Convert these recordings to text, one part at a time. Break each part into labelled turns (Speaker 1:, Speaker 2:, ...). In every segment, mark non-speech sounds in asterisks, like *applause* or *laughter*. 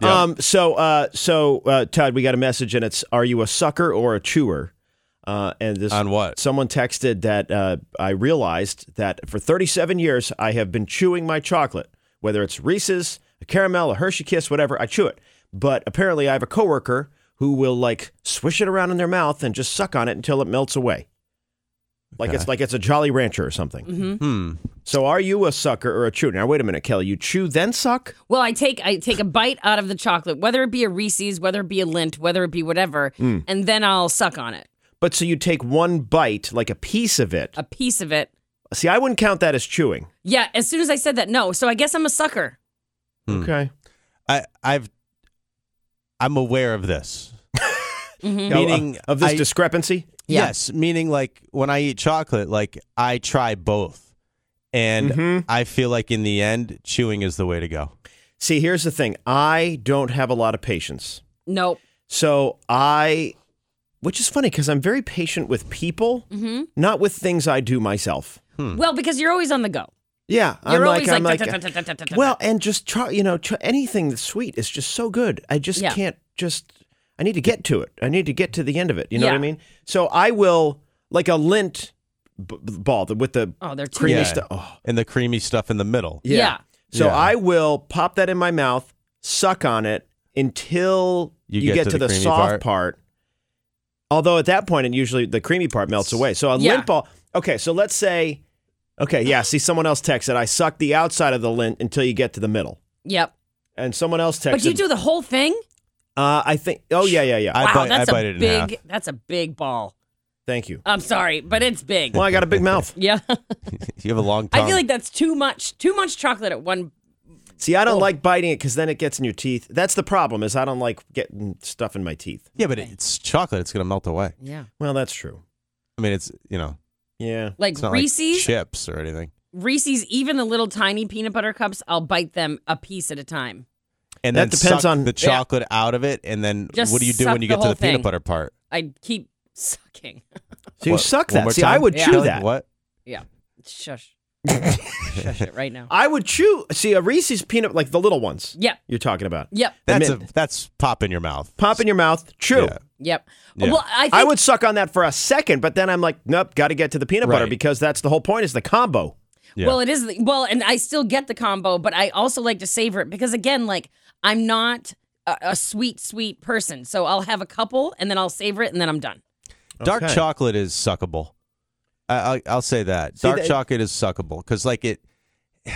Speaker 1: Yeah.
Speaker 2: Um, so, uh, so uh, Todd, we got a message, and it's: Are you a sucker or a chewer? Uh, and this
Speaker 1: On what?
Speaker 2: someone texted that uh, I realized that for 37 years I have been chewing my chocolate, whether it's Reese's, a caramel, a Hershey Kiss, whatever. I chew it, but apparently I have a coworker who will like swish it around in their mouth and just suck on it until it melts away. Like it's like it's a Jolly Rancher or something.
Speaker 1: Hmm.
Speaker 2: So are you a sucker or a chewer? Now wait a minute, Kelly. You chew then suck?
Speaker 3: Well, I take I take a bite out of the chocolate, whether it be a Reese's, whether it be a lint, whether it be whatever,
Speaker 1: Mm.
Speaker 3: and then I'll suck on it,
Speaker 2: But so you take one bite, like a piece of it.
Speaker 3: a piece of it.
Speaker 2: See, I wouldn't count that as chewing.
Speaker 3: Yeah, as soon as I said that, no. So I guess I'm a sucker.
Speaker 1: Hmm.
Speaker 2: Okay.
Speaker 1: I I've I'm aware of
Speaker 3: *laughs*
Speaker 1: this.
Speaker 3: Mhm.
Speaker 1: Meaning
Speaker 2: uh, of this
Speaker 1: I-
Speaker 2: discrepancy?
Speaker 3: Yeah.
Speaker 1: Yes, meaning like when I eat chocolate, like I try both, and
Speaker 2: Mhm.
Speaker 1: I feel like in the end, chewing is the way to go.
Speaker 2: See, here's the thing. I don't have a lot of patience.
Speaker 3: Nope.
Speaker 2: So I which is funny because I'm very patient with people,
Speaker 3: Mm-hmm.
Speaker 2: not with things I do myself.
Speaker 1: Hmm.
Speaker 3: Well, because you're always on the go.
Speaker 2: Yeah,
Speaker 3: You're
Speaker 2: I'm
Speaker 3: always
Speaker 2: like, I'm
Speaker 3: like,
Speaker 2: like,
Speaker 3: "Ta, ta, ta, ta, ta, ta,
Speaker 2: well,
Speaker 3: ta."
Speaker 2: and just try, you know, try, anything that's sweet is just so good. I just
Speaker 3: Yeah.
Speaker 2: can't just. I need to get to it. I need to get to the end of it. You know what I
Speaker 3: Yeah.
Speaker 2: mean? So I will like a lint b- b- ball the- with the
Speaker 3: Oh, they're too
Speaker 2: creamy
Speaker 1: Yeah.
Speaker 2: stuff. Oh,
Speaker 1: And the creamy stuff in the middle. *laughs*
Speaker 2: yeah.
Speaker 3: Yeah.
Speaker 2: So
Speaker 1: Yeah.
Speaker 2: I will pop that in my mouth, suck on it until
Speaker 1: You
Speaker 2: you, get,
Speaker 1: get to
Speaker 2: to,
Speaker 1: the
Speaker 2: the,
Speaker 1: creamy
Speaker 2: soft
Speaker 1: part.
Speaker 2: part. Although at that point, it usually the creamy part melts away. So a
Speaker 3: Yeah.
Speaker 2: lint ball. Okay, so let's say, okay, yeah. See, someone else texted. I suck the outside of the lint until you get to the middle,
Speaker 3: Yep.
Speaker 2: and someone else texted.
Speaker 3: But you do the whole thing.
Speaker 2: Uh, I think. Oh yeah, yeah, yeah.
Speaker 1: I
Speaker 3: wow,
Speaker 1: bite- I
Speaker 3: that's a
Speaker 1: bite it in half.
Speaker 3: big. That's a big ball.
Speaker 2: Thank you.
Speaker 3: I'm sorry, but it's big.
Speaker 2: Well, I got a big
Speaker 1: *laughs*
Speaker 2: mouth.
Speaker 3: Yeah. *laughs*
Speaker 1: You have a long tongue.
Speaker 3: I feel like that's too much. Too much chocolate at one.
Speaker 2: See,
Speaker 3: Oh.
Speaker 2: I don't like biting it because then it gets in your teeth. That's the problem. Is I don't like getting stuff in my teeth.
Speaker 1: yeah, but it's chocolate. It's gonna melt away.
Speaker 3: Yeah.
Speaker 2: Well, that's true.
Speaker 1: I mean, it's you know,
Speaker 2: Yeah.
Speaker 3: Like
Speaker 1: it's not like
Speaker 3: Reese's,
Speaker 1: chips or anything.
Speaker 3: Reese's, even the little tiny peanut butter cups, I'll bite them a piece at a time.
Speaker 1: And
Speaker 2: That
Speaker 1: then
Speaker 2: depends
Speaker 1: suck
Speaker 2: on-
Speaker 1: the
Speaker 2: Yeah.
Speaker 1: chocolate out of it, and then
Speaker 3: Just
Speaker 1: what do you do
Speaker 3: suck
Speaker 1: when you
Speaker 3: the
Speaker 1: get to
Speaker 3: whole
Speaker 1: the peanut
Speaker 3: thing.
Speaker 1: butter part?
Speaker 3: I keep *laughs* sucking.
Speaker 2: So you
Speaker 1: What,
Speaker 2: suck
Speaker 1: one
Speaker 2: that.
Speaker 1: more
Speaker 2: See, I
Speaker 1: time?
Speaker 2: would
Speaker 3: Yeah.
Speaker 2: chew
Speaker 1: Kelly,
Speaker 2: that.
Speaker 1: What?
Speaker 3: Yeah. Shush. Shush
Speaker 2: *laughs*
Speaker 3: it right now.
Speaker 2: I would chew. See, a Reese's peanut, like the little ones.
Speaker 3: Yep.
Speaker 2: You're talking about.
Speaker 3: Yep.
Speaker 1: That's a,
Speaker 2: Admit-
Speaker 1: that's pop in your mouth.
Speaker 2: Pop in your mouth, chew.
Speaker 1: Yeah.
Speaker 3: Yep.
Speaker 1: Yeah.
Speaker 3: Well, I think
Speaker 2: I would suck on that for a second, but then I'm like, nope, got to get to the peanut butter
Speaker 1: Right.
Speaker 2: because that's the whole point is the
Speaker 1: *laughs*
Speaker 2: combo.
Speaker 1: Yeah.
Speaker 3: Well, it is. the- Well, and I still get the combo, but I also like to savor it because, again, like I'm not a, a sweet, sweet person. So I'll have a couple and then I'll savor it and then I'm done.
Speaker 1: Dark
Speaker 2: Okay.
Speaker 1: chocolate is suckable. I, I, I'll say that.
Speaker 2: See,
Speaker 1: Dark
Speaker 2: that-
Speaker 1: chocolate is suckable because, like it, *sighs*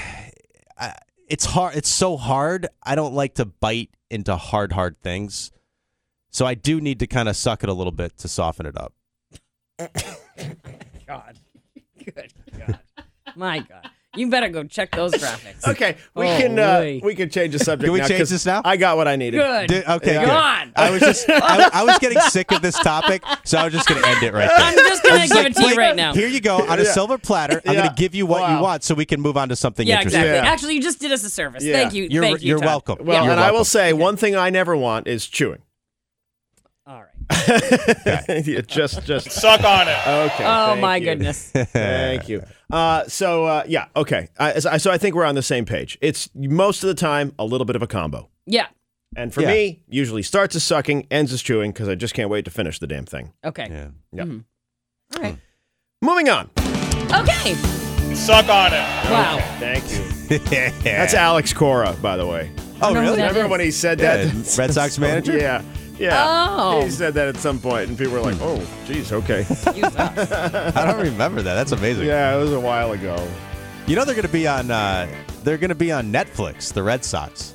Speaker 1: I, it's hard. It's so hard. I don't like to bite into hard, hard things. So I do need to kind of suck it a little bit to soften it up.
Speaker 3: God. *laughs* Good God. My God. You better go check those graphics.
Speaker 2: Okay, we
Speaker 3: Oh,
Speaker 2: can uh,
Speaker 3: wait.
Speaker 2: we can change the subject.
Speaker 1: Can we
Speaker 2: now
Speaker 1: change
Speaker 2: 'cause
Speaker 1: this now?
Speaker 2: I got what I needed.
Speaker 3: Good.
Speaker 1: Did- okay,
Speaker 3: God.
Speaker 1: good. I was
Speaker 3: *laughs*
Speaker 1: just, I, I was getting sick of this topic, so I was just going to end it right
Speaker 3: I'm
Speaker 1: there.
Speaker 3: just going to
Speaker 1: It's
Speaker 3: give
Speaker 1: like,
Speaker 3: it to you
Speaker 1: wait,
Speaker 3: right now.
Speaker 1: Here you go on a
Speaker 2: Yeah.
Speaker 1: silver platter. I'm
Speaker 2: Yeah.
Speaker 1: going to give you what you
Speaker 2: Wow.
Speaker 1: want, so we can move on to something
Speaker 3: Yeah,
Speaker 1: interesting.
Speaker 3: exactly.
Speaker 2: Yeah.
Speaker 3: Actually, you just did us a service.
Speaker 2: Yeah.
Speaker 3: Thank you.
Speaker 1: You're
Speaker 3: Thank you.
Speaker 1: you're
Speaker 3: Todd.
Speaker 1: welcome.
Speaker 2: Well,
Speaker 1: You're
Speaker 2: and I
Speaker 1: welcome.
Speaker 2: will say one thing I never want is
Speaker 1: *laughs*
Speaker 2: chewing. *laughs*
Speaker 3: All right.
Speaker 2: Yeah, just just suck on it. Okay.
Speaker 3: Oh,
Speaker 2: thank
Speaker 3: my
Speaker 2: you.
Speaker 3: goodness.
Speaker 2: Thank you. Uh, so uh, yeah, okay. I, so- so I think we're on the same page. It's most of the time a little bit of a combo,
Speaker 3: *laughs* Yeah.
Speaker 2: and for
Speaker 1: Yeah.
Speaker 2: me, usually starts as sucking, ends as chewing because I just can't wait to finish the damn thing.
Speaker 3: Okay.
Speaker 1: Yeah.
Speaker 3: All right.
Speaker 2: Moving on.
Speaker 1: Hmm.
Speaker 3: Okay.
Speaker 4: Suck on it.
Speaker 3: Wow.
Speaker 2: Thank you. That's Alex Cora, by the way.
Speaker 1: *laughs* Oh,
Speaker 3: know who
Speaker 1: really?
Speaker 3: that
Speaker 2: Remember
Speaker 3: is.
Speaker 2: when he said
Speaker 1: Yeah,
Speaker 2: that?
Speaker 1: Red Sox manager?
Speaker 2: Yeah. Yeah.
Speaker 3: Oh.
Speaker 2: He said that at some point, and people were like, "Oh, geez, okay."
Speaker 1: I don't remember that. That's amazing.
Speaker 2: yeah, it was a while ago.
Speaker 1: You know they're going to be on. Uh, they're going to be on Netflix. The Red Sox.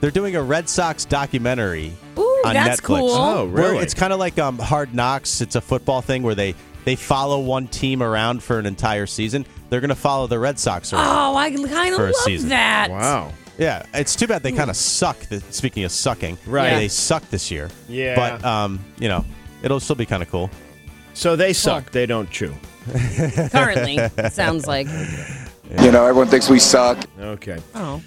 Speaker 1: They're doing a Red Sox documentary
Speaker 3: Ooh,
Speaker 1: on
Speaker 3: that's
Speaker 1: Netflix.
Speaker 3: cool.
Speaker 2: Oh,
Speaker 1: Where
Speaker 2: really?
Speaker 1: It's kind of like um, Hard Knocks. It's a football thing where they they follow one team around for an entire season. They're going to follow the Red Sox around.
Speaker 3: Oh, I kind of
Speaker 1: For a
Speaker 3: love
Speaker 1: season.
Speaker 3: that.
Speaker 2: Wow.
Speaker 3: Oh.
Speaker 1: Yeah, it's too bad they kind of suck. th- Speaking of sucking,
Speaker 2: Right.
Speaker 1: They suck this year.
Speaker 2: Yeah.
Speaker 1: But um, you know, it'll still be kind of cool.
Speaker 2: So they suck. They don't chew.
Speaker 1: *laughs*
Speaker 3: Currently, sounds like.
Speaker 5: You know, everyone thinks we suck.
Speaker 2: Okay.
Speaker 3: Oh.